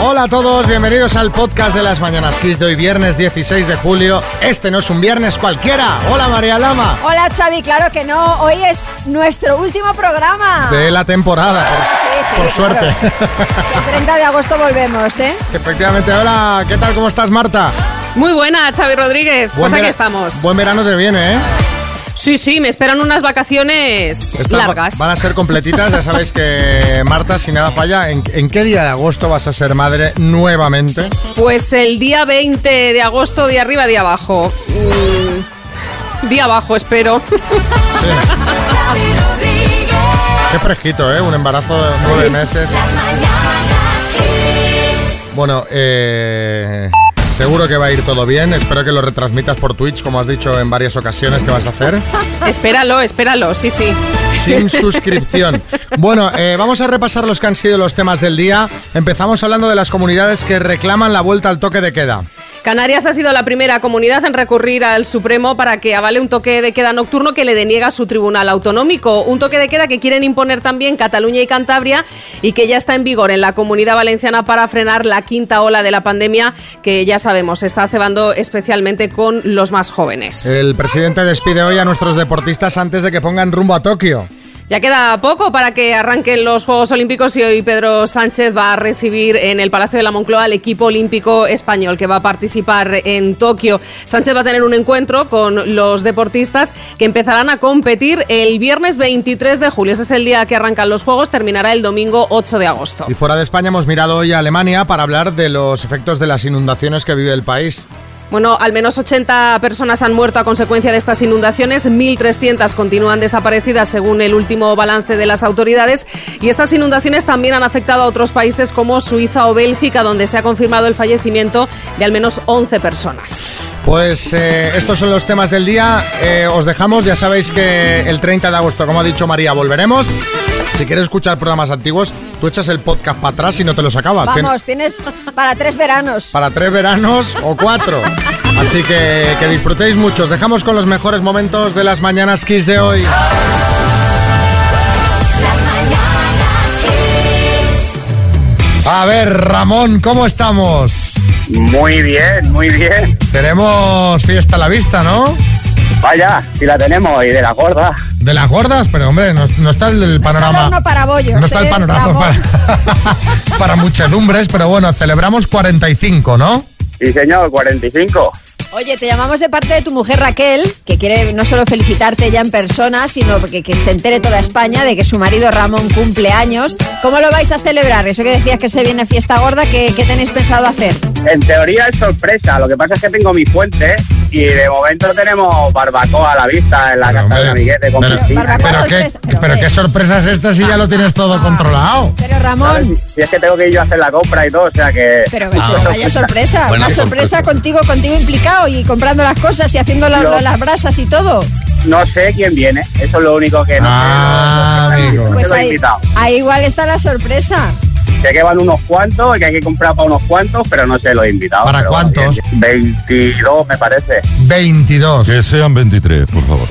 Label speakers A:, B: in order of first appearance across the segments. A: Hola a todos, bienvenidos al podcast de las Mañanas Kiss de hoy viernes 16 de julio. Este no es un viernes cualquiera. Hola María Lama.
B: Hola Xavi, claro que no, hoy es nuestro último programa.
A: De la temporada, por,
B: Sí, sí,
A: por
B: claro.
A: suerte.
B: El 30 de agosto volvemos, ¿eh?
A: Efectivamente, hola, ¿qué tal? ¿Cómo estás Marta?
C: Muy buena, Xavi Rodríguez.
A: Buen
C: pues aquí
A: vera-
C: estamos.
A: Buen verano te viene, ¿eh?
C: Sí, sí, me esperan unas vacaciones
A: Estas va-
C: largas.
A: Van a ser completitas, ya sabéis que Marta, si nada falla, ¿en, en qué día de agosto vas a ser madre nuevamente?
C: Pues el día 20 de agosto, de arriba, de abajo. Mm, Día abajo, espero.
A: Qué fresquito, ¿eh? Un embarazo de nueve meses. Bueno, eh, seguro que va a ir todo bien. Espero que lo retransmitas por Twitch, como has dicho en varias ocasiones que vas a hacer.
C: espéralo, espéralo, sí, sí.
A: Sin suscripción. Bueno, eh, vamos a repasar los que han sido los temas del día. Empezamos hablando de las comunidades que reclaman la vuelta al toque de queda.
C: Canarias ha sido la primera comunidad en recurrir al Supremo para que avale un toque de queda nocturno que le deniega su tribunal autonómico. Un toque de queda que quieren imponer también Cataluña y Cantabria y que ya está en vigor en la comunidad valenciana para frenar la quinta ola de la pandemia que ya sabemos está cebando especialmente con los más jóvenes.
A: El presidente despide hoy a nuestros deportistas antes de que pongan rumbo a Tokio.
C: Ya queda poco para que arranquen los Juegos Olímpicos y hoy Pedro Sánchez va a recibir en el Palacio de la Moncloa al equipo olímpico español que va a participar en Tokio. Sánchez va a tener un encuentro con los deportistas que empezarán a competir el viernes 23 de julio. Ese es el día que arrancan los Juegos, terminará el domingo 8 de agosto.
A: Y fuera de España hemos mirado hoy a Alemania para hablar de los efectos de las inundaciones que vive el país.
C: Bueno, al menos 80 personas han muerto a consecuencia de estas inundaciones, 1.300 continúan desaparecidas según el último balance de las autoridades y estas inundaciones también han afectado a otros países como Suiza o Bélgica, donde se ha confirmado el fallecimiento de al menos 11 personas.
A: Pues eh, estos son los temas del día. Eh, os dejamos, ya sabéis que el 30 de agosto, como ha dicho María, volveremos. Si quieres escuchar programas antiguos, tú echas el podcast para atrás y no te los acabas. Tien-
B: Vamos, tienes para tres veranos.
A: Para tres veranos o cuatro. Así que que disfrutéis mucho. Os dejamos con los mejores momentos de las mañanas Kiss de hoy. A ver, Ramón, ¿cómo estamos?
D: Muy bien, muy bien.
A: Tenemos fiesta a la vista, ¿no?
D: Vaya, si la tenemos y de la gorda.
A: De las gordas, pero hombre, no, no está el, el
B: Está el
A: panorama.
B: horno para bollos.
A: no está el
B: ¿eh,
A: panorama
B: Ramón?
A: para, para muchedumbres, pero bueno, celebramos 45, ¿no?
D: Sí, señor, 45.
B: Oye, te llamamos de parte de tu mujer Raquel, que quiere no solo felicitarte ya en persona, sino que, que se entere toda España de que su marido Ramón cumple años. ¿Cómo lo vais a celebrar? Eso que decías que se viene fiesta gorda, ¿qué, qué tenéis pensado hacer?
D: En teoría es sorpresa, lo que pasa es que tengo mi fuente y de momento tenemos barbacoa a la vista en la
A: Pero,
D: casa de
A: hombre,
D: un amiguete con
A: pero-
D: piscina.
B: Barbacoa
A: pero qué,
B: sorpresa, pero
A: pero
B: Ah.
A: qué
B: hombre.
A: sorpresas estas si ya lo tienes todo controlado.
B: Pero
D: ¿sabes?
B: Ramón...
D: Y es que tengo que ir yo a hacer la compra y todo, o sea que...
B: Pero que
D: pues,
B: vaya sorpresa,
E: Buena
B: una sorpresa
E: sorpresa.
B: contigo, contigo implicado y comprando las cosas y haciendo la-
D: No.
B: las brasas y todo.
D: No sé quién viene, eso es lo único que no
A: Ah,
D: sé.
A: amigo.
D: No sé
B: Pues
D: los
B: ahí,
D: invitados.
B: ahí igual está la sorpresa.
D: Sé que van unos cuantos, que hay que comprar para unos cuantos, pero no sé los invitados.
A: ¿Para
D: pero bueno,
A: cuántos?
D: bien, bien. 22 me parece.
A: 22.
E: Que sean 23, por favor.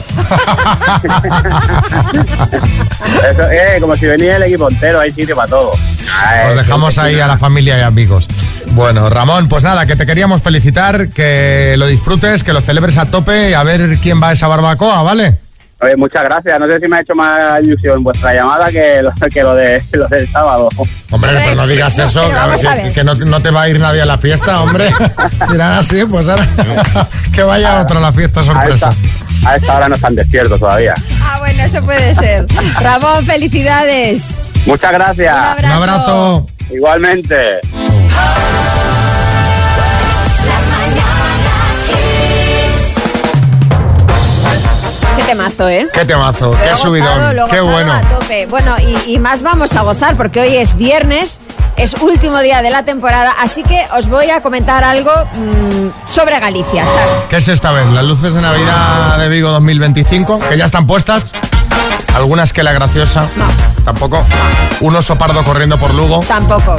D: Eso, eh, como si venía el equipo entero, hay sitio para todo.
A: Os
D: Ay,
A: dejamos
D: sí,
A: ahí
D: sí.
A: a la familia y amigos. Bueno, Ramón, pues nada, que te queríamos felicitar, que lo disfrutes, que lo celebres a tope y a ver quién va a esa barbacoa, ¿vale?
D: Oye, muchas gracias. No sé si me ha hecho más ilusión vuestra llamada que lo, que lo, de, lo del sábado.
A: Hombre,
B: Hombre,
A: pero no digas
B: no,
A: eso,
B: pero
A: que, a
B: vamos
A: ver,
B: a
A: que-
B: ver.
A: que no, no te va a ir nadie a la fiesta, hombre. Dirán así, pues ahora que vaya otro a la fiesta
D: A esta,
A: sorpresa.
D: a esta hora no están despiertos todavía.
B: Ah, bueno, eso puede ser. Ramón, felicidades.
D: Muchas gracias.
B: Un
A: Un abrazo.
D: Igualmente.
B: Qué temazo, ¿eh?
A: Qué temazo,
B: Lo he
A: qué
B: gozado,
A: subidón,
B: lo he
A: qué
B: gozado
A: bueno.
B: a tope. Bueno, y, y más vamos a gozar porque hoy es viernes, es último día de la temporada, así que os voy a comentar algo mm, sobre Galicia, Charo.
A: ¿Qué es esta vez? Las luces de Navidad de Vigo 2025, que ya están puestas. Algunas que la graciosa.
B: No.
A: Tampoco. Un oso pardo corriendo por Lugo.
B: Tampoco.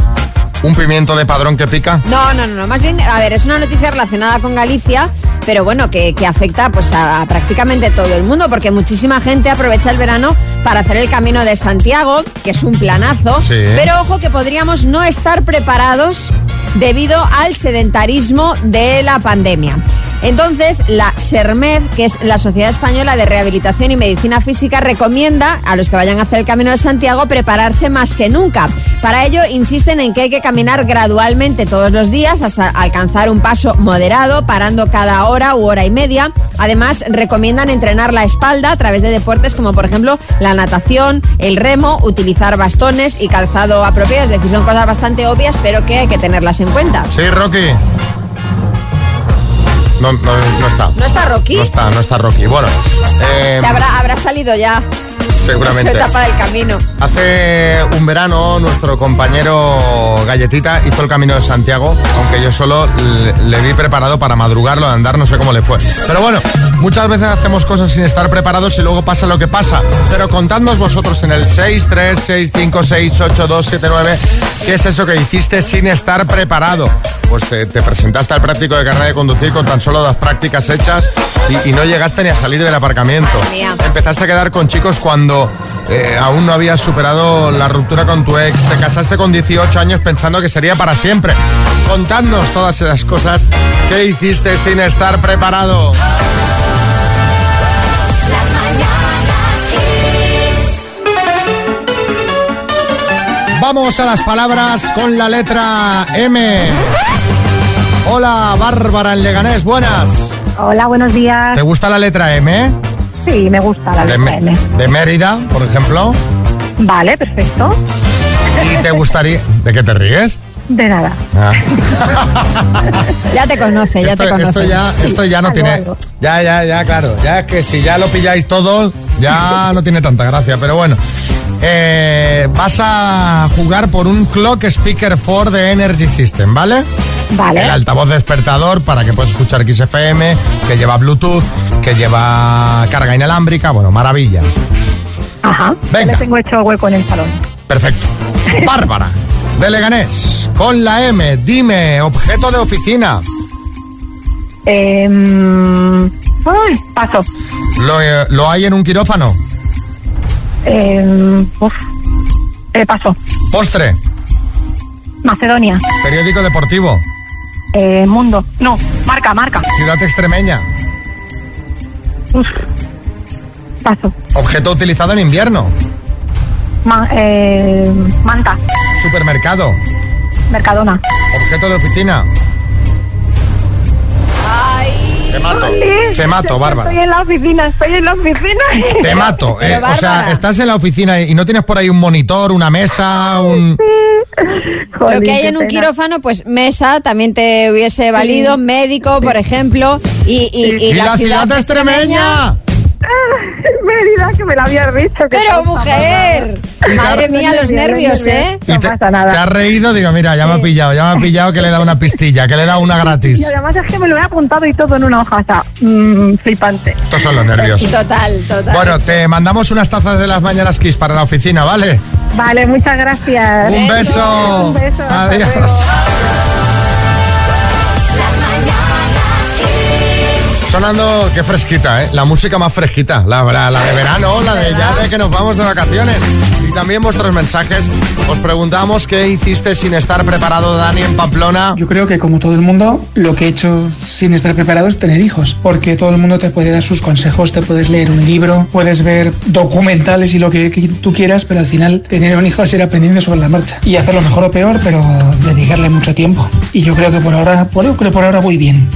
A: ¿Un pimiento de padrón que pica?
B: No, no, no, no, más bien, a ver, es una noticia relacionada con Galicia, pero bueno, que, que afecta pues a, a prácticamente todo el mundo, porque muchísima gente aprovecha el verano para hacer el Camino de Santiago, que es un planazo,
A: Sí.
B: pero ojo que podríamos no estar preparados debido al sedentarismo de la pandemia. Entonces, la SERMED, que es la Sociedad Española de Rehabilitación y Medicina Física, recomienda a los que vayan a hacer el Camino de Santiago prepararse más que nunca. Para ello, insisten en que hay que caminar gradualmente todos los días hasta alcanzar un paso moderado, parando cada hora u hora y media. Además, recomiendan entrenar la espalda a través de deportes como, por ejemplo, la natación, el remo, utilizar bastones y calzado apropiado. Es decir, son cosas bastante obvias, pero que hay que tenerlas en cuenta.
A: Sí, Rocky. No, no, no está.
B: ¿No está Rocky?
A: No está, no está Rocky. Bueno, eh,
B: Se habrá, habrá salido ya
A: seguramente.
B: su etapa del camino.
A: Hace un verano nuestro compañero Galletita hizo el camino de Santiago, aunque yo solo le, le vi preparado para madrugarlo, a andar, no sé cómo le fue. Pero bueno, muchas veces hacemos cosas sin estar preparados y luego pasa lo que pasa. Pero contadnos vosotros en el 636568279 qué es eso que hiciste sin estar preparado. Pues te, te presentaste al práctico de carrera de conducir con tan solo las prácticas hechas y, y no llegaste ni a salir del aparcamiento.
B: Madre mía.
A: Empezaste a quedar con chicos cuando eh, aún no habías superado la ruptura con tu ex. Te casaste con 18 años pensando que sería para siempre. Contadnos todas esas cosas que hiciste sin estar preparado.
E: Las mañanas Kiss.
A: Vamos a las palabras con la letra M. Hola, Bárbara en Leganés, buenas.
F: Hola, buenos días.
A: ¿Te gusta la letra M?
F: Sí, me gusta la
A: De,
F: letra
A: Mé-
F: M.
A: de Mérida, por ejemplo.
F: Vale, perfecto.
A: ¿Y te gustaría... ¿De qué te ríes?
F: De nada.
A: Ah.
B: Ya te conoce, ya
A: esto,
B: te conoce.
A: esto ya, esto ya no
F: algo,
A: tiene.
F: algo.
A: Ya, ya, ya, claro. Ya es que si ya lo pilláis todos, ya no tiene tanta gracia. Pero bueno, Eh, vas a jugar por un Clock Speaker 4 de Energy System, ¿vale?
F: Vale.
A: El altavoz despertador para que puedas escuchar XFM, que lleva Bluetooth, que lleva carga inalámbrica. Bueno, maravilla.
F: Ajá. Ya
A: Venga.
F: Le tengo hecho hueco en el salón.
A: Perfecto. Bárbara, de Leganés, con la M, dime, objeto de oficina.
F: Eh, mm, ay, paso.
A: ¿Lo, eh, ¿Lo hay en un quirófano?
F: Eh, uf. Eh, paso.
A: Postre.
F: Macedonia.
A: Periódico deportivo.
F: Eh, mundo. No, marca, marca.
A: Ciudad extremeña.
F: Uf. Paso.
A: Objeto utilizado en invierno.
F: Ma- eh, manta.
A: Supermercado.
F: Mercadona.
A: Objeto de oficina. Te mato. Te mato, Bárbara.
F: Estoy en la oficina, estoy en la oficina.
A: Te mato.
B: Pero
A: eh, o sea,
B: Bárbara.
A: estás en la oficina y no tienes por ahí un monitor, una mesa, un...
B: Lo
F: Jolín,
B: que hay
F: qué
B: en un
F: pena.
B: quirófano, pues mesa también te hubiese valido, médico, por ejemplo, y, y- y
A: ¡Y la ciudad extremeña!
F: Mérida, que me lo habías dicho. que
B: Pero
F: estaba
B: mujer, madre mía, los nervios, ¿eh?
A: Y
F: No
A: te,
F: pasa nada.
A: te has reído, digo, mira, ya me ha pillado, ya me ha pillado que le he dado una pistilla, que le he dado una gratis.
F: Y además es que me lo he apuntado y todo en una hoja, o sea, mm, flipante.
A: Estos son los nervios.
B: Total, total.
A: Bueno, te mandamos unas tazas de las mañanas Kiss para la oficina, ¿vale?
F: Vale, muchas gracias.
A: Un beso.
F: Un beso, hasta
A: Adiós.
F: luego.
E: Las mañanas Kiss.
A: Sonando, qué fresquita, ¿eh? La música más fresquita, la, la- la de verano, la de ya de que nos vamos de vacaciones. Y también vuestros mensajes. Os preguntamos qué hiciste sin estar preparado, Dani, en Pamplona.
G: Yo creo que como todo el mundo, lo que he hecho sin estar preparado es tener hijos, porque todo el mundo te puede dar sus consejos, te puedes leer un libro, puedes ver documentales y lo que, que tú quieras, pero al final tener un hijo es ir aprendiendo sobre la marcha y hacerlo mejor o peor, pero dedicarle mucho tiempo. Y yo creo que por ahora, por, creo que por ahora voy bien.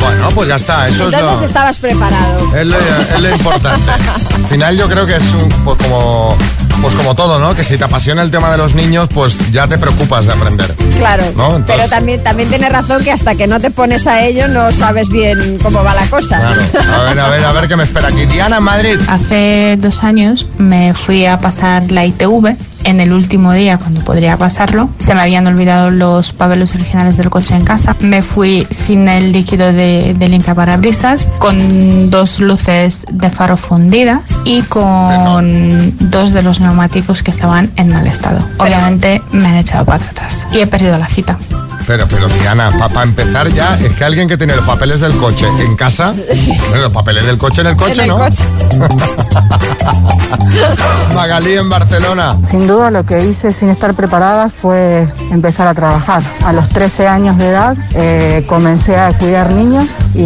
A: Bueno, pues ya está, eso es lo-
B: Entonces estabas preparado.
A: Es lo, es lo importante. Al final yo creo que es un, pues como, pues como todo, ¿no? Que si te apasiona el tema de los niños, pues ya te preocupas de aprender.
B: Claro,
A: No, entonces-
B: pero también, también tienes razón que hasta que no te pones a ello no sabes bien cómo va la cosa.
A: Claro. A ver, a ver, a ver qué me espera aquí. Diana en Madrid.
H: Hace dos años me fui a pasar la ITV
I: en el último día, cuando podría pasarlo, se me habían olvidado los papeles originales del coche en casa. Me fui sin el líquido de, de limpiaparabrisas, con dos luces de faro fundidas y con dos de los neumáticos que estaban en mal estado. Obviamente me han echado patatas y he perdido la cita.
A: Pero, pero Diana, para empezar ya, es que alguien que tiene los papeles del coche en casa, bueno, los papeles del coche en el coche,
B: en el
A: ¿no?
B: coche.
A: Magalí en Barcelona.
J: Sin duda lo que hice sin estar preparada fue empezar a trabajar. A los 13 años de edad eh, comencé a cuidar niños y,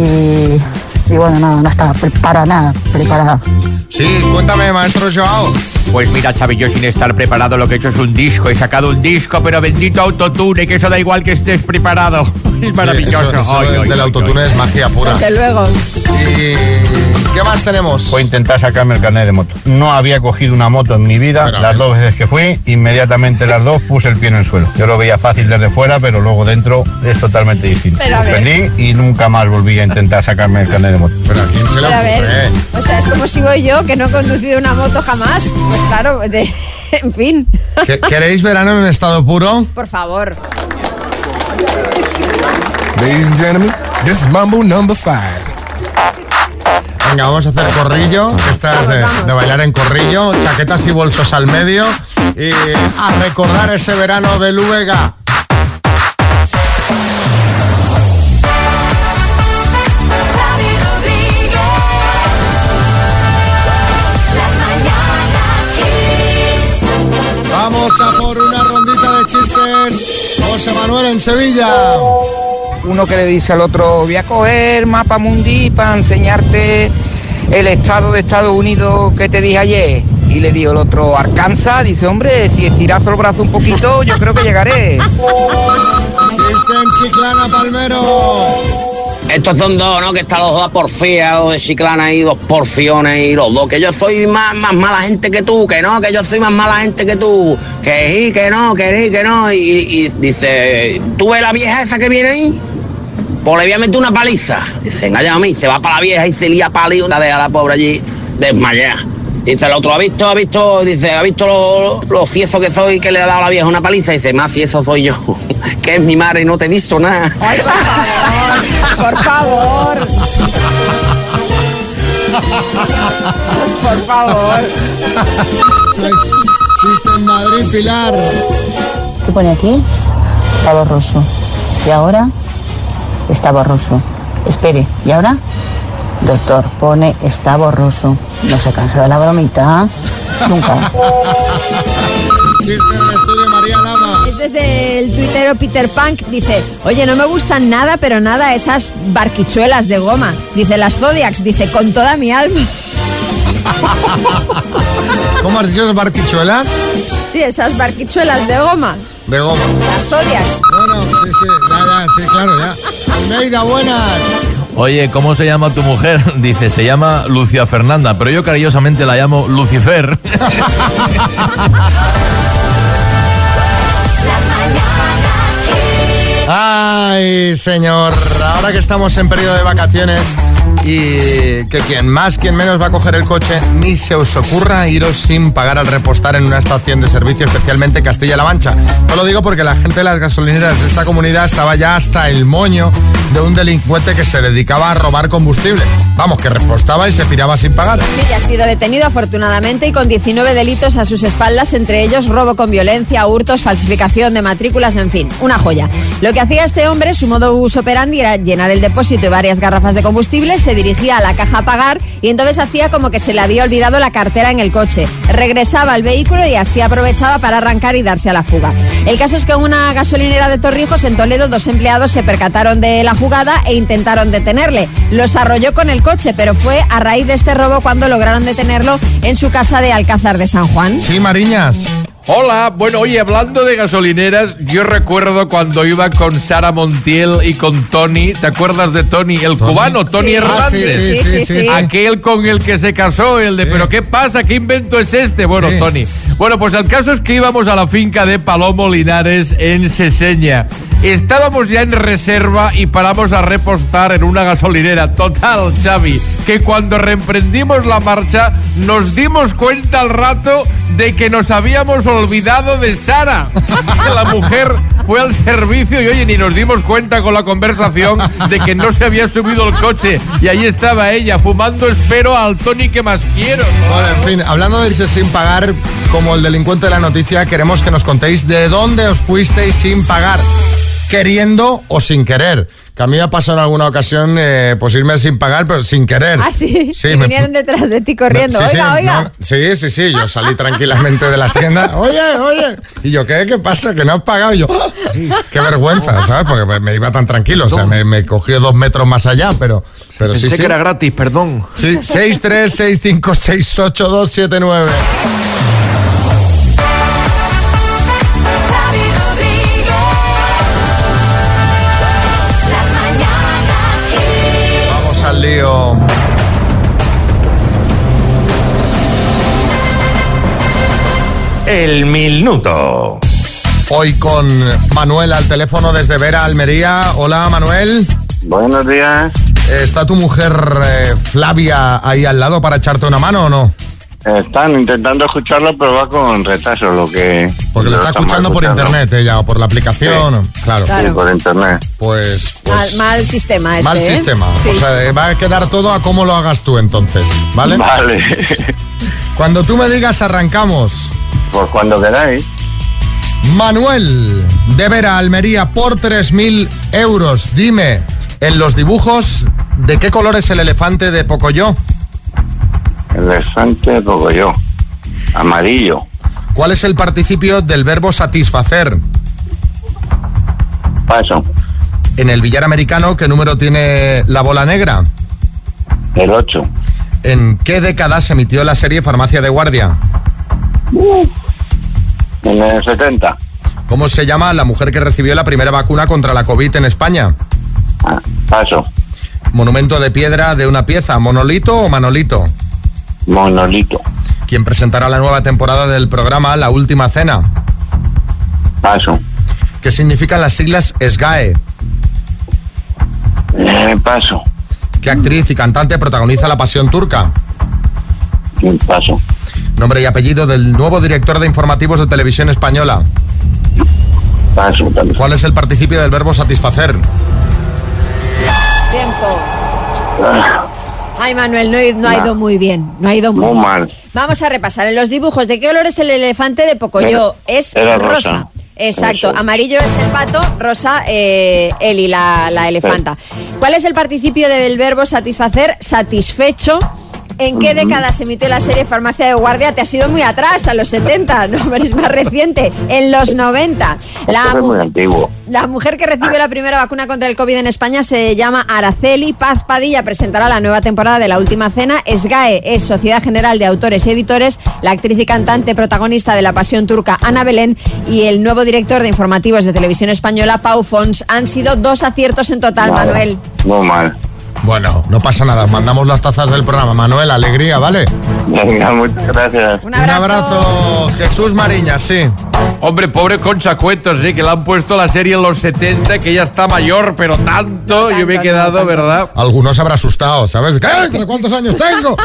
J: y bueno, no, no estaba pre- para nada preparada.
A: Sí, cuéntame, maestro Joao.
K: Pues mira, Xavi, yo sin estar preparado lo que he hecho es un disco. He sacado un disco, pero bendito autotune, que eso da igual que estés preparado. Es maravilloso.
A: Sí, eso- eso
K: Ay, ay,
A: del
K: ay,
A: autotune
K: ay.
A: es magia pura.
B: Desde luego.
A: ¿Y qué más tenemos?
D: fue intentar sacarme el carnet de moto. No había cogido una moto en mi vida,
A: Pero, a
D: las
A: ver.
D: dos veces que fui, inmediatamente las dos puse el pie en el suelo. Yo lo veía fácil desde fuera, pero luego dentro es totalmente distinto.
B: Pero, a ver.
D: Ofendí y nunca más volví a intentar sacarme el carnet de moto.
A: Pero a quién se le
B: Pero a
A: ocurre.
B: ver, o sea, es como si voy yo, que no he conducido una moto jamás. Pues claro, de- en fin,
A: ¿Que- ¿Queréis verano en estado puro?
B: por favor.
L: Ladies and gentlemen, this is Mambo number five.
A: Venga, vamos a hacer corrillo. Esta es de,
B: Vamos, vamos.
A: de bailar en corrillo, chaquetas y bolsos al medio. Y a recordar ese verano de Luega.
E: Xavi Rodríguez. Las mañanas Kiss.
A: Vamos a por una rondita de chistes. José Manuel en Sevilla.
M: Uno que le dice al otro, voy a coger mapa mundi para enseñarte el estado de Estados Unidos que te dije ayer. Y le dijo el otro, Arkansas, dice, hombre, si estiras el brazo un poquito, yo creo que llegaré.
A: Chiste en Chiclana Palmero.
G: Estos son dos, ¿no? Que están los dos porfiados de Chiclana y dos porfiones y los dos. Que yo soy más, más mala gente que tú, que no, que yo soy más mala gente que tú. Que sí, que no, que sí, que no. Y, y dice, ¿tú ves la vieja esa que viene ahí? Pues le voy a meter una paliza. Dice, engaña a mí, se va para la vieja y se lía palio, la deja a la pobre allí desmayada. Dice el otro, ¿ha visto, ha visto, dice, ha visto lo, lo fieso que soy que le ha dado a la vieja una paliza? Dice, más fieso soy yo, que es mi madre y no te dice nada.
B: Ay, por favor, por favor. Por favor.
A: Chiste en Madrid, Pilar.
J: ¿Qué pone aquí? Está borroso. ¿Y ahora? Está borroso. Espere, ¿y ahora? Doctor, pone está borroso. No se cansa de la bromita. Nunca.
A: Chiste en el estudio María Lama.
B: Es desde el tuitero Peter Punk. Dice, oye, no me gustan nada, pero nada esas barquichuelas de goma. Dice, las Zodiacs. Dice, con toda mi alma.
A: ¿Cómo has dicho esas barquichuelas?
B: Sí, esas barquichuelas de goma.
A: De goma.
B: Las Zodiacs.
A: Bueno, sí, sí, ya, ya, sí, claro, ya. Almeida, buenas.
K: Oye, ¿cómo se llama tu mujer? Dice, se llama Lucia Fernanda, pero yo cariñosamente la llamo Lucifer.
E: Las mañanas Kiss.
A: Ay, señor, ahora que estamos en periodo de vacaciones y que quien más, quien menos va a coger el coche, ni se os ocurra iros sin pagar al repostar en una estación de servicio, especialmente Castilla-La Mancha. No lo digo porque la gente de las gasolineras de esta comunidad estaba ya hasta el moño de un delincuente que se dedicaba a robar combustible. Vamos, que repostaba y se piraba sin pagar.
B: Sí, ya ha sido detenido afortunadamente y con 19 delitos a sus espaldas, entre ellos robo con violencia, hurtos, falsificación de matrículas, en fin, una joya. Lo que hacía este hombre, su modo operandi era llenar el depósito y varias garrafas de combustible, se dirigía a la caja a pagar y entonces hacía como que se le había olvidado la cartera en el coche. Regresaba al vehículo y así aprovechaba para arrancar y darse a la fuga. El caso es que en una gasolinera de Torrijos, en Toledo, dos empleados se percataron de la jugada e intentaron detenerle. Los arrolló con el coche, pero fue a raíz de este robo cuando lograron detenerlo en su casa de Alcázar de San Juan.
A: Sí, Mariñas.
K: Hola, bueno, oye, hablando de gasolineras, yo recuerdo cuando iba con Sara Montiel y con Tony, ¿te acuerdas de Tony, el cubano, Tony
B: Sí.
K: Hernández?
A: Ah, sí, sí, sí, sí, sí.
K: Aquel con el que se casó, el de,
A: Sí.
K: pero ¿qué pasa? ¿Qué invento es este? Bueno,
A: Sí.
K: Tony. Bueno, pues el caso es que íbamos a la finca de Palomo Linares en Seseña. Estábamos ya en reserva y paramos a repostar en una gasolinera. Total, Xavi. que cuando reemprendimos la marcha nos dimos cuenta al rato de que nos habíamos olvidado de Sara. La mujer fue al servicio y oye, ni nos dimos cuenta con la conversación de que no se había subido el coche. Y ahí estaba ella, fumando espero al Tony que más quiero.
A: Bueno, en fin, hablando de irse sin pagar, como el delincuente de la noticia, queremos que nos contéis de dónde os fuisteis sin pagar, queriendo o sin querer. Que a mí me ha pasado en alguna ocasión eh, pues irme sin pagar, pero sin querer.
B: Ah, sí.
A: Sí,
B: Y
A: me-
B: vinieron detrás de ti corriendo.
A: Sí, sí,
B: oiga,
A: no,
B: oiga.
A: sí, sí, sí, yo salí tranquilamente de la tienda. Oye, oye. Y yo, ¿qué, qué pasa? Que no has pagado. Y yo, ¡ah! qué vergüenza, ¿sabes? Porque me- me iba tan tranquilo. O sea, me, me cogió dos metros más allá, pero, pero sí,
K: Pensé
A: sí.
K: que era gratis, perdón.
A: Sí, 636568279. Vamos al lío.
I: El minuto.
A: Hoy con Manuel al teléfono desde Vera, Almería. Hola, Manuel.
N: Buenos días.
A: ¿Está tu mujer eh, Flavia ahí al lado para echarte una mano o no?
N: Están intentando escucharlo, pero va con retraso lo que...
A: Porque lo
N: no
A: está
N: están
A: escuchando por
N: escuchando.
A: internet ella o por la aplicación. Claro.
N: Sí, por internet.
A: Pues,
B: Mal,
A: pues
B: mal sistema este.
A: mal
B: ¿eh?
A: sistema.
B: Sí.
A: O sea, eh, va a quedar todo a cómo lo hagas tú entonces, ¿vale?
N: Vale.
A: Cuando tú me digas arrancamos.
N: por Pues cuando queráis.
A: Manuel de Vera Almería por 3.000 euros. Dime, en los dibujos, ¿de qué color es el elefante de Pocoyo?
N: Elefante poco yo. Amarillo.
A: ¿Cuál es el participio del verbo satisfacer?
N: Paso.
A: En el billar americano, ¿qué número tiene la bola negra?
N: El 8.
A: ¿En qué década se emitió la serie Farmacia de Guardia?
N: En el 70.
A: ¿Cómo se llama la mujer que recibió la primera vacuna contra la COVID en España?
N: Ah, Paso.
A: Monumento de piedra de una pieza, ¿monolito o manolito?
N: Monolito.
A: ¿Quién presentará la nueva temporada del programa La Última Cena?
N: Paso.
A: ¿Qué significan las siglas SGAE?
N: Eh, paso.
A: ¿Qué actriz y cantante protagoniza La Pasión Turca?
N: Paso.
A: Nombre y apellido del nuevo director de informativos de Televisión Española. ¿Cuál es el participio del verbo satisfacer?
B: Tiempo. Ay, Manuel, no, he- no ha ido muy bien. No ha ido muy,
N: Ah, Muy
B: bien.
N: mal.
B: Vamos a repasar. En los dibujos, ¿de qué color es el elefante de Pocoyo?
N: Era-
B: es
N: era rosa.
B: Exacto. Amarillo es el pato, rosa eh, Eli, la, la elefanta. ¿Cuál es el participio del verbo satisfacer? Satisfecho. ¿En qué década se emitió la serie Farmacia de Guardia? Te has ido muy atrás, a los 70, no, pero es más reciente, en los 90. La
N: Eso es muy
B: mujer-
N: antiguo.
B: la mujer que recibió la primera vacuna contra el COVID en España se llama Araceli Paz Padilla. Presentará la nueva temporada de La Última Cena. SGAE es Sociedad General de Autores y Editores. La actriz y cantante protagonista de La Pasión Turca, Ana Belén, y el nuevo director de informativos de Televisión Española, Pau Fons. Han sido dos aciertos en total, Manuel.
N: Muy mal.
A: Bueno, no pasa nada, mandamos las tazas del programa. Manuel, alegría, ¿vale?
N: Venga, muchas gracias.
A: Un abrazo. Jesús Mariña, sí.
K: Hombre, pobre Concha Cueto, sí, que le han puesto la serie en los 70, que ya está mayor, pero tanto, yo me he quedado, ¿verdad?
A: Algunos habrá asustado, ¿sabes? ¿Qué? ¿Pero ¿Cuántos años tengo?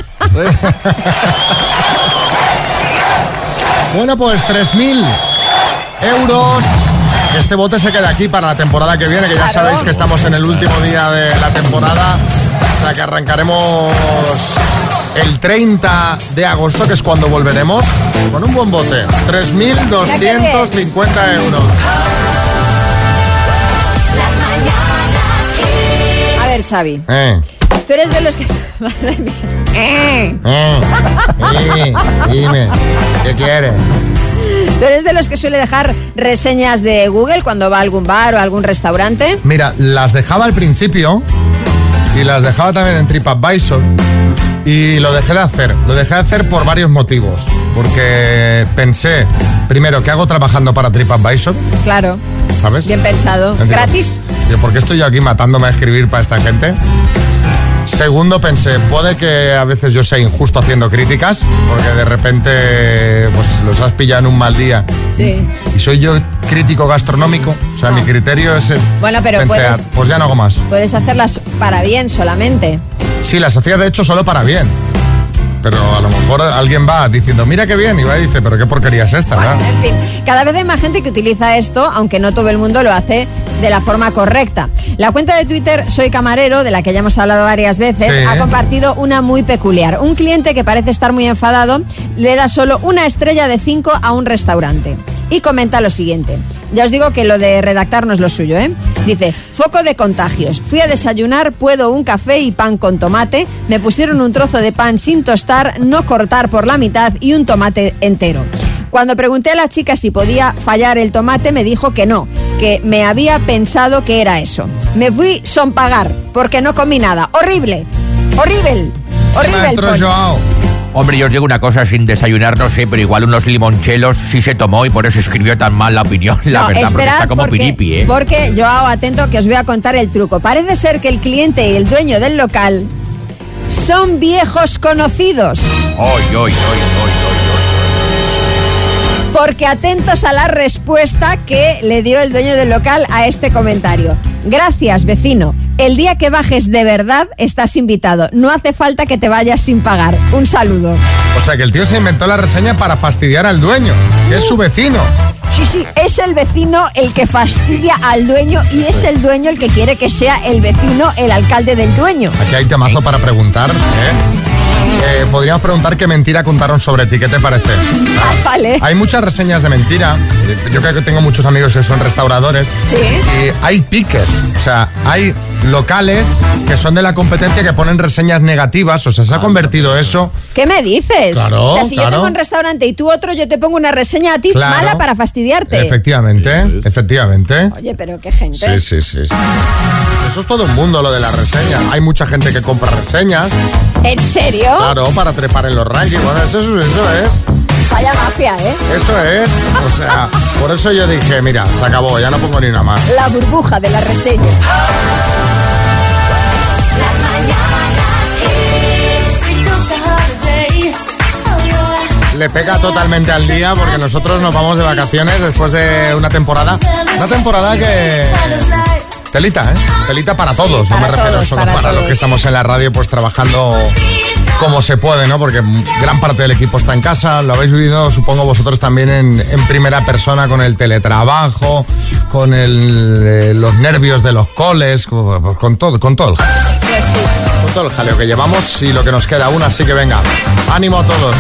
A: bueno, pues 3.000 euros. Este bote se queda aquí para la temporada que viene, que ya sabéis que estamos en el último día de la temporada. O sea que arrancaremos el 30 de agosto, que es cuando volveremos, con un buen bote. 3.250 euros.
B: A ver, Xavi,
A: Eh,
B: tú eres de los que... Madre mía. Eh.
A: eh, eh, dime, ¿qué quieres?
B: ¿Tú eres de los que suele dejar reseñas de Google cuando va a algún bar o a algún restaurante?
A: Mira, las dejaba al principio y las dejaba también en TripAdvisor y lo dejé de hacer. Lo dejé de hacer por varios motivos. Porque pensé, primero, ¿qué hago trabajando para TripAdvisor?
B: Claro.
A: ¿Sabes?
B: Bien pensado.
A: Entiendo.
B: ¿Gratis?
A: Digo, ¿Por qué estoy yo aquí matándome a escribir para esta gente? Segundo, pensé, puede que a veces yo sea injusto haciendo críticas, porque de repente pues, los has pillado en un mal día.
B: Sí.
A: Y soy yo crítico gastronómico, o sea, mi criterio es... eh,
B: Ah. Bueno, pero
A: pensé,
B: puedes-
A: pues ya no hago más.
B: Puedes hacerlas para bien solamente.
A: Sí, las hacía de hecho solo para bien. Pero a lo mejor alguien va diciendo, mira qué bien, y va y dice, pero qué porquería es esta, ¿verdad?
B: En fin, cada vez hay más gente que utiliza esto, aunque no todo el mundo lo hace de la forma correcta. La cuenta de Twitter Soy Camarero, de la que ya hemos hablado varias veces,
I: Sí.
B: ha compartido una muy peculiar. Un cliente que parece estar muy enfadado le da solo una estrella de 5 a un restaurante y comenta lo siguiente. Ya os digo que lo de redactar no es lo suyo, ¿eh? Dice, foco de contagios. Fui a desayunar, puedo un café y pan con tomate. Me pusieron un trozo de pan sin tostar, no cortar por la mitad y un tomate entero. Cuando pregunté a la chica si podía fallar el tomate, me dijo que no, que me había pensado que era eso. Me fui son pagar, porque no comí nada. ¡Horrible! ¡Horrible! ¡Horrible! el pollo.
O: Hombre, yo os digo una cosa sin desayunar, no sé, pero igual unos limonchelos sí se tomó y por eso escribió tan mal la opinión, la
B: No,
O: verdad, porque
B: esperad
O: está como
B: porque,
O: piripi, ¿eh?
B: porque, Joao, atento que os voy a contar el truco. Parece ser que el cliente y el dueño del local son viejos conocidos.
O: Oy, oy, oy, oy,
B: Porque atentos a la respuesta que le dio el dueño del local a este comentario. Gracias, vecino. El día que bajes de verdad estás invitado. No hace falta que te vayas sin pagar. Un saludo.
A: O sea que el tío se inventó la reseña para fastidiar al dueño, que es su vecino.
B: Sí, sí, es el vecino el que fastidia al dueño y es el dueño el que quiere que sea el vecino el alcalde del dueño.
A: Aquí hay temazo para preguntar, ¿eh? Eh, Podríamos preguntar qué mentira contaron sobre ti, ¿qué te parece?
B: Ah, vale.
A: Hay muchas reseñas de mentira. Yo creo que tengo muchos amigos que son restauradores.
B: Sí.
A: Y hay piques. O sea, hay locales que son de la competencia que ponen reseñas negativas. O sea, se ha convertido eso.
B: ¿Qué me dices?
A: Claro,
B: o sea, si yo
A: claro.
B: tengo un restaurante y tú otro, yo te pongo una reseña a ti
A: Claro.
B: mala para fastidiarte.
A: Efectivamente, efectivamente.
B: Oye, pero qué gente.
A: Sí, sí, sí, sí. Eso es todo un mundo lo de la reseña. Hay mucha gente que compra reseñas.
B: ¿En serio?
A: Claro, para trepar en los rankings. Bueno, eso, eso, eso es.
B: Vaya mafia, ¿eh?
A: Eso es. O sea, por eso yo dije, mira, se acabó, ya no pongo ni una más.
B: La burbuja de la reseña.
A: Le pega totalmente al día porque nosotros nos vamos de vacaciones después de una temporada. Una temporada que... Telita, ¿eh? Telita para todos, no me refiero solo para, los que estamos en la radio pues trabajando como se puede, ¿no? Porque gran parte del equipo está en casa, lo habéis vivido supongo vosotros también en, en primera persona con el teletrabajo, con el, eh, los nervios de los coles, con, pues, con todo, con todo el jaleo. Con todo el jaleo que llevamos y lo que nos queda aún, así que venga, ánimo a todos.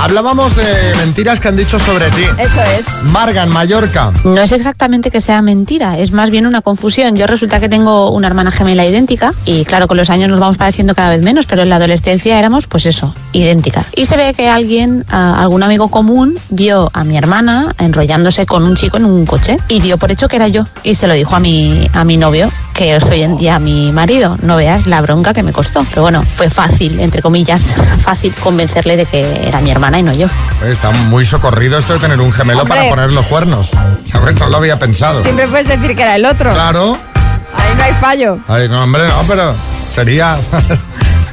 A: Hablábamos de mentiras que han dicho sobre ti.
B: Eso es.
A: Marga en Mallorca.
I: No es exactamente que sea mentira, es más bien una confusión. Yo resulta que tengo una hermana gemela idéntica y claro, con los años nos vamos pareciendo cada vez menos, pero en la adolescencia éramos pues eso, idénticas. Y se ve que alguien, ah, algún amigo común, vio a mi hermana enrollándose con un chico en un coche y dio por hecho que era yo y se lo dijo a mi, a mi novio, que es hoy en día mi marido. No veas la bronca que me costó, pero bueno, fue fácil, entre comillas, fácil convencerle de que era mi hermana y no yo.
A: Oye, Está muy socorrido esto de tener un gemelo
B: Hombre.
A: para poner los cuernos. ¿Sabes? No lo había pensado.
B: Siempre puedes decir que era el otro.
A: Claro.
B: Ahí no hay fallo.
A: Ay, no, hombre, no, pero sería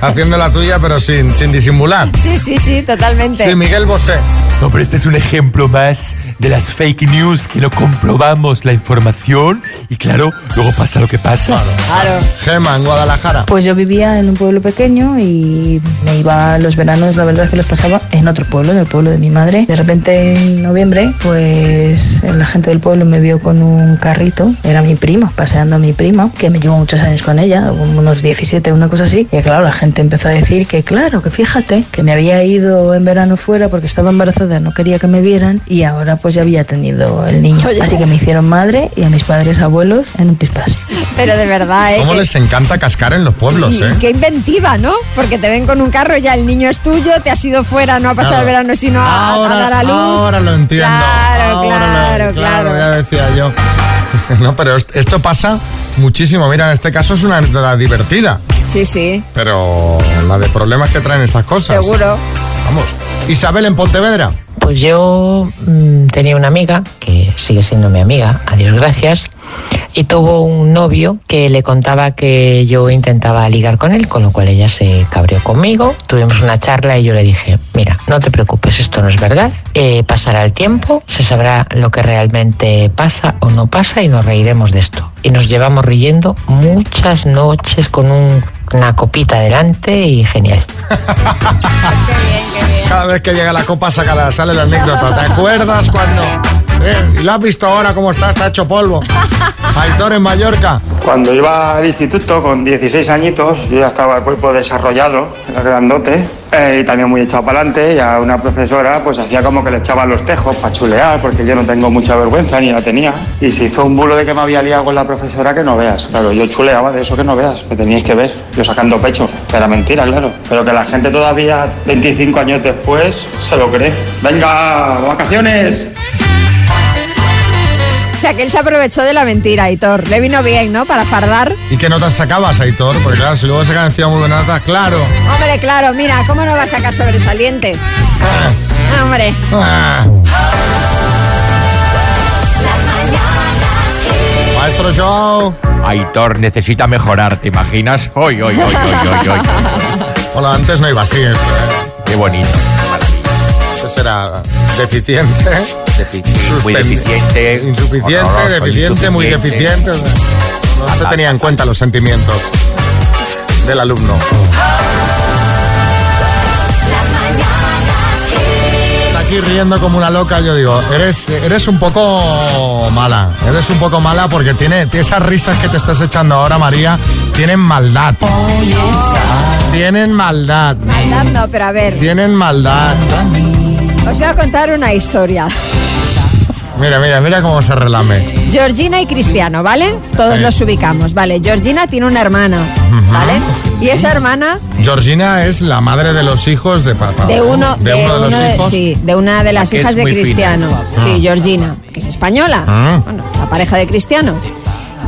A: haciendo la tuya, pero sin, sin disimular.
B: Sí, sí, sí, totalmente.
A: Sí, Miguel Bosé.
P: No, pero este es un ejemplo más de las fake news que no comprobamos la información y claro, luego pasa lo que pasa.
B: Claro.
A: Gema, en Guadalajara.
Q: Pues yo vivía en un pueblo pequeño y me iba los veranos, la verdad es que los pasaba en otro pueblo, en el pueblo de mi madre. De repente en noviembre, pues la gente del pueblo me vio con un carrito, era mi prima, paseando a mi prima, que me llevo muchos años con ella, unos 17, una cosa así. Y claro, la gente empezó a decir que claro, que fíjate, que me había ido en verano fuera porque estaba embarazada, no quería que me vieran y ahora pues ya había tenido el niño.
B: Oye.
Q: Así que me hicieron madre y a mis padres abuelos en un pispás.
B: Pero de verdad, ¿eh?
A: ¿Cómo
B: Que-
A: les encanta cascar en los pueblos, eh?
B: Mm, Qué inventiva, ¿no? Porque te ven con un carro, ya el niño es tuyo, te has ido fuera, no ha pasado
A: Claro.
B: el verano, sino a, a dar a luz.
A: ahora lo entiendo.
B: Claro,
A: Ahora lo-
B: claro, claro.
A: ya decía yo. No, pero est- esto pasa muchísimo. Mira, en este caso es una anécdota divertida,
B: Sí, sí,
A: pero la de problemas que traen estas cosas.
B: seguro.
A: Vamos. Isabel en Pontevedra.
R: Pues yo mm, tenía una amiga, que sigue siendo mi amiga, a Dios gracias, y tuvo un novio que le contaba que yo intentaba ligar con él, con lo cual ella se cabreó conmigo. Tuvimos una charla y yo le dije, mira, no te preocupes, esto no es verdad, eh, pasará el tiempo, se sabrá lo que realmente pasa o no pasa y nos reiremos de esto. Y nos llevamos riendo muchas noches con un
I: una copita delante y genial.
A: Cada vez que llega la copa saca la- sale la anécdota. ¿Te acuerdas cuando? Eh, ¿Y lo has visto ahora cómo está? Está hecho polvo. Aitor en Mallorca.
G: Cuando iba al instituto con 16 añitos, yo ya estaba el cuerpo desarrollado, era grandote, eh, y también muy echado para adelante, y a una profesora pues hacía como que le echaba los tejos para chulear, porque yo no tengo mucha vergüenza, ni la tenía. Y se hizo un bulo de que me había liado con la profesora que no veas. Claro, yo chuleaba de eso que no veas, que teníais que ver, yo sacando pecho, que era mentira, claro. Pero que la gente todavía, 25 años después, se lo cree. ¡Venga, vacaciones!
B: O sea, que él se aprovechó de la mentira, Aitor. Le vino bien, ¿no? Para fardar.
A: ¿Y qué notas sacabas, Aitor? Porque claro, si luego sacan encima muy buenas notas, claro.
B: Hombre, claro, mira, ¿cómo no va a sacar sobresaliente? Hombre.
A: Ah. Maestro Show.
K: Aitor necesita mejorar, ¿te imaginas? Hoy, hoy, hoy, hoy, hoy, hoy.
A: Hola, antes no iba así esto, ¿eh?
K: Qué bonito.
A: Eso será deficiente.
K: Deficiente, muy
A: Suspend-
K: deficiente.
A: Insuficiente,
K: horroroso,
A: deficiente, muy deficiente.
K: insuficiente. eh.
A: o sea, No se tenía en cuenta los sentimientos del alumno. Está aquí riendo como una loca, yo digo, eres, eres un poco mala, eres un poco mala porque tiene, tiene esas risas que te estás echando ahora, María, tienen maldad. Tienen maldad.
B: Maldad no, pero a ver,
A: Tienen maldad.
B: os voy a contar una historia.
A: Mira, mira, mira cómo se relame.
B: Georgina y Cristiano, ¿vale? Todos
A: Sí.
B: los ubicamos, ¿vale? Georgina tiene una hermana, ¿vale? Y esa hermana
A: Georgina es la madre de los hijos de papá.
B: de uno
A: Ah, de uno de los
B: uno de-
A: hijos. Ah,
B: sí, de una de las
A: que es
B: hijas de
A: muy fina.
B: Cristiano.
A: Ah.
B: Sí, Georgina, que es española,
A: Ah.
B: bueno, la pareja de Cristiano.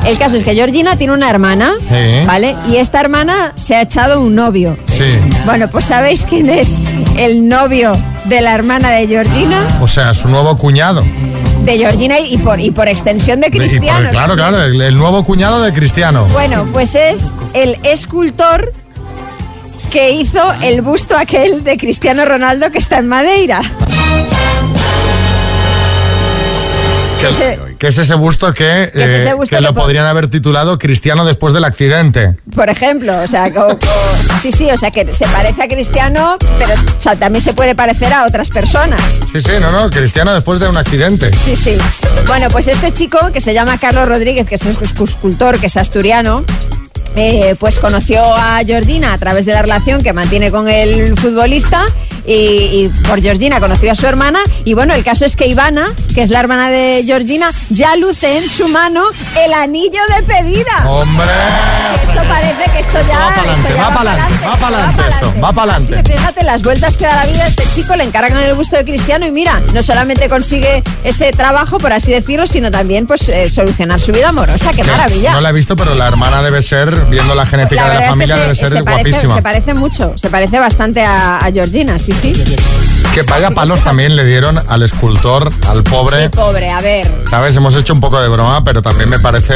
B: El caso es que Georgina tiene una hermana,
A: Sí.
B: ¿vale? Y esta hermana se ha echado un novio.
A: Sí.
B: Bueno, pues ¿sabéis quién es el novio de la hermana de Georgina?
A: O sea, su nuevo cuñado.
B: De Georgina y por, y por extensión de
A: De- y por-
B: Cristiano.
A: claro, claro, el, el nuevo cuñado de Cristiano.
B: Bueno, pues es el escultor que hizo el busto aquel de Cristiano Ronaldo que está en Madeira.
A: Que es ese busto que,
B: Que es ese
A: eh, que
B: busto que
A: lo
B: po-
A: podrían haber titulado Cristiano después del accidente.
B: Por ejemplo, o sea, co- co- sí, sí, o sea, que se parece a Cristiano, pero o sea, también se puede parecer a otras personas.
A: Sí, sí, no, no, Cristiano después de un accidente.
B: Sí, sí. Bueno, pues este chico que se llama Carlos Rodríguez, que es un escultor, que es asturiano, eh, pues conoció a Georgina a través de la relación que mantiene con el futbolista y, y por Georgina conoció a su hermana y bueno, el caso es que Ivana, que es la hermana de Georgina, ya luce en su mano el anillo de pedida.
A: ¡Hombre!
B: Esto parece que esto ya... esto
A: Adelante,
B: ya
A: va para adelante, va para adelante esto, va para
B: Así que
A: adelante.
B: fíjate las vueltas que da la vida a este chico, le encargan el gusto de Cristiano y mira, no solamente consigue ese trabajo, por así decirlo, sino también pues eh, solucionar su vida amorosa. ¡Qué
A: Que
B: maravilla!
A: No la he visto, pero la hermana debe ser, viendo la genética de
B: verdad
A: la
B: es que
A: familia,
B: se-
A: debe ser
B: se parece,
A: guapísima.
B: se parece mucho, se parece bastante a, a Georgina, sí, sí.
A: Que vaya palos también le dieron al escultor, al pobre.
B: Sí, pobre, a ver.
A: ¿Sabes? Hemos hecho un poco de broma, pero también me parece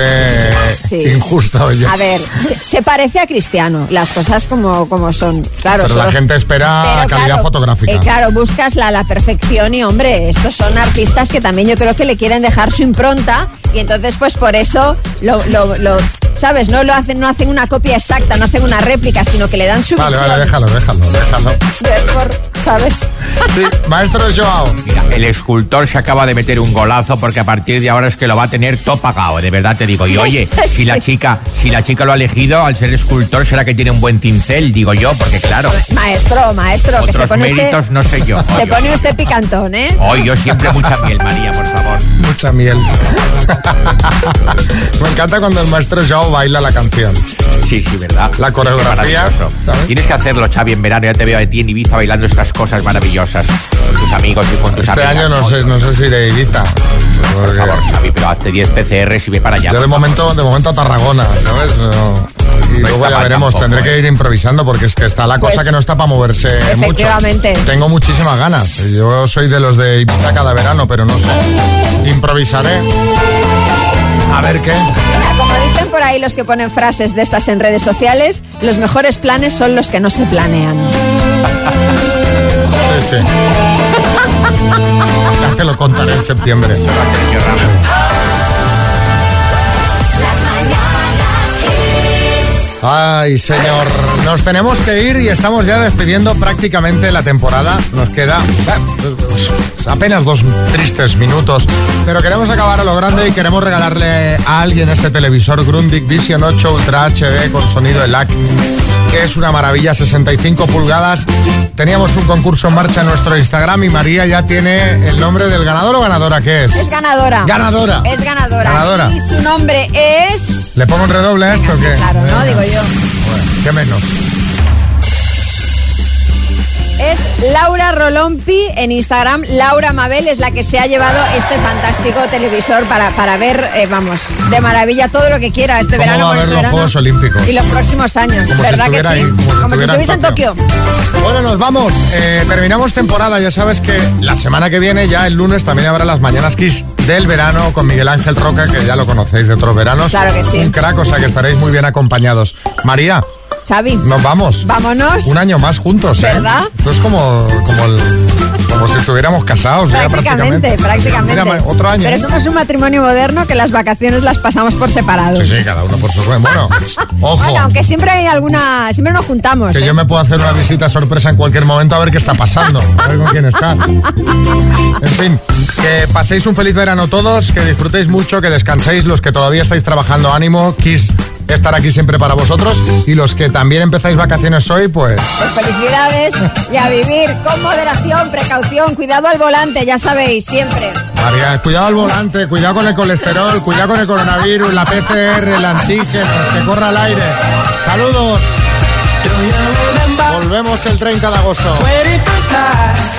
B: Sí.
A: injusto. oye.
B: A ver, se, se parece a Cristiano, las cosas como, como son. Claro,
A: pero la
B: solo-
A: gente espera
B: Pero
A: Ah, calidad
B: claro,
A: fotográfica.
B: eh, claro, buscas la, la perfección y hombre, estos son artistas que también yo creo que le quieren dejar su impronta y entonces pues por eso lo, lo- lo- sabes, no lo hacen, no hacen una copia exacta, no hacen una réplica, sino que le dan su
A: Vale,
B: visión.
A: vale, déjalo, déjalo, déjalo.
B: de- por- ¿Sabes?
A: Sí, maestro Joao.
K: Mira, el escultor se acaba de meter un golazo porque a partir de ahora es que lo va a tener todo pagado, de verdad te digo. Y oye, si la chica, si la chica lo ha elegido, al ser escultor será que tiene un buen pincel, digo yo, porque claro,
B: Maestro, maestro, que se
K: otros
B: pone usted,
K: méritos Oh. no sé yo.
B: se
K: Hoy,
B: pone usted picantón, ¿eh?
K: hoy, yo siempre mucha miel, María, por favor.
A: Mucha miel. Me encanta cuando el maestro Joao baila la canción.
K: Sí, sí, ¿verdad?
A: La coreografía.
K: Qué maravilloso. Tienes que hacerlo, Xavi, en verano. Ya te veo a ti en Ibiza bailando estas cosas maravillosas con tus amigos y con tus
A: Este
K: amigas.
A: año no sé, no sé si iré a Ibiza.
K: Por favor, Xavi, pero hazte 10 PCRs y ve para allá.
A: Yo de
K: por favor.
A: momento, de momento a Tarragona, ¿sabes? No. Y
K: No
A: luego
K: está
A: ya
K: mal
A: veremos,
K: tampoco, ¿eh?
A: tendré que ir improvisando porque es que está la cosa
B: Pues,
A: que no está para moverse mucho.
B: efectivamente.
A: Tengo muchísimas ganas. Yo soy de los de Ibiza cada verano, pero no sé. Improvisaré. A ver qué.
B: Mira, como dicen por ahí los que ponen frases de estas en redes sociales, los mejores planes son los que no se planean.
A: Sí, sí. Ya te lo contaré en septiembre. Ay, señor. Nos tenemos que ir y estamos ya despidiendo prácticamente la temporada. Nos queda eh, pues, apenas dos tristes minutos. Pero queremos acabar a lo grande y queremos regalarle a alguien este televisor Grundig Vision 8 Ultra HD con sonido ELAC, que es una maravilla, 65 pulgadas. Teníamos un concurso en marcha en nuestro Instagram y María ya tiene el nombre del ganador o ganadora que es.
B: Es ganadora.
A: Ganadora.
B: Es ganadora.
A: Ganadora.
B: Y su nombre es.
A: ¿Le pongo un redoble a esto o qué?
B: Claro, ¿no? Digo yo.
A: ¿Qué menos?
B: Es Laura Rolompi en Instagram. Laura Mabel es la que se ha llevado este fantástico televisor para, para ver, eh, vamos, de maravilla todo lo que quiera este
A: ¿Cómo
B: verano.
A: va a
B: con
A: ver
B: este
A: los
B: verano
A: Juegos Olímpicos?
B: Y los próximos años,
A: Como si
B: ¿verdad que sí?
A: estuviera ahí, como si
B: como si
A: estuviera en
B: estuviese en Tokio.
A: Bueno, nos vamos. Eh, terminamos temporada. Ya sabes que la semana que viene, ya el lunes, también habrá las mañanas Kiss del verano con Miguel Ángel Roca, que ya lo conocéis de otros veranos.
B: Claro que sí.
A: Un crack, o sea que estaréis muy bien acompañados. María.
B: Xavi.
A: Nos vamos.
B: Vámonos.
A: Un año más juntos, ¿eh?
B: ¿Verdad?
A: Esto es como, como, el- como si estuviéramos casados ya
B: Prácticamente,
A: prácticamente.
B: prácticamente.
A: Mira, ma- otro año.
B: Pero
A: ¿eh?
B: somos un matrimonio moderno que las vacaciones las pasamos por separado.
A: Sí, sí, cada uno por su cuenta. Bueno, ojo.
B: Bueno, aunque siempre hay alguna. Siempre nos juntamos.
A: Que
B: ¿eh?
A: yo me puedo hacer una visita sorpresa en cualquier momento a ver qué está pasando, a ver con quién estás. En fin, que paséis un feliz verano todos, que disfrutéis mucho, que descanséis los que todavía estáis trabajando ánimo, Kiss estar aquí siempre para vosotros y los que también empezáis vacaciones hoy, pues
B: Pues felicidades y a vivir con moderación, precaución, cuidado al volante, ya sabéis, siempre.
A: María, cuidado al volante, cuidado con el colesterol, cuidado con el coronavirus, la PCR, el antígeno, que corra al aire. Saludos. Volvemos el 30 de agosto.
E: Where did those lies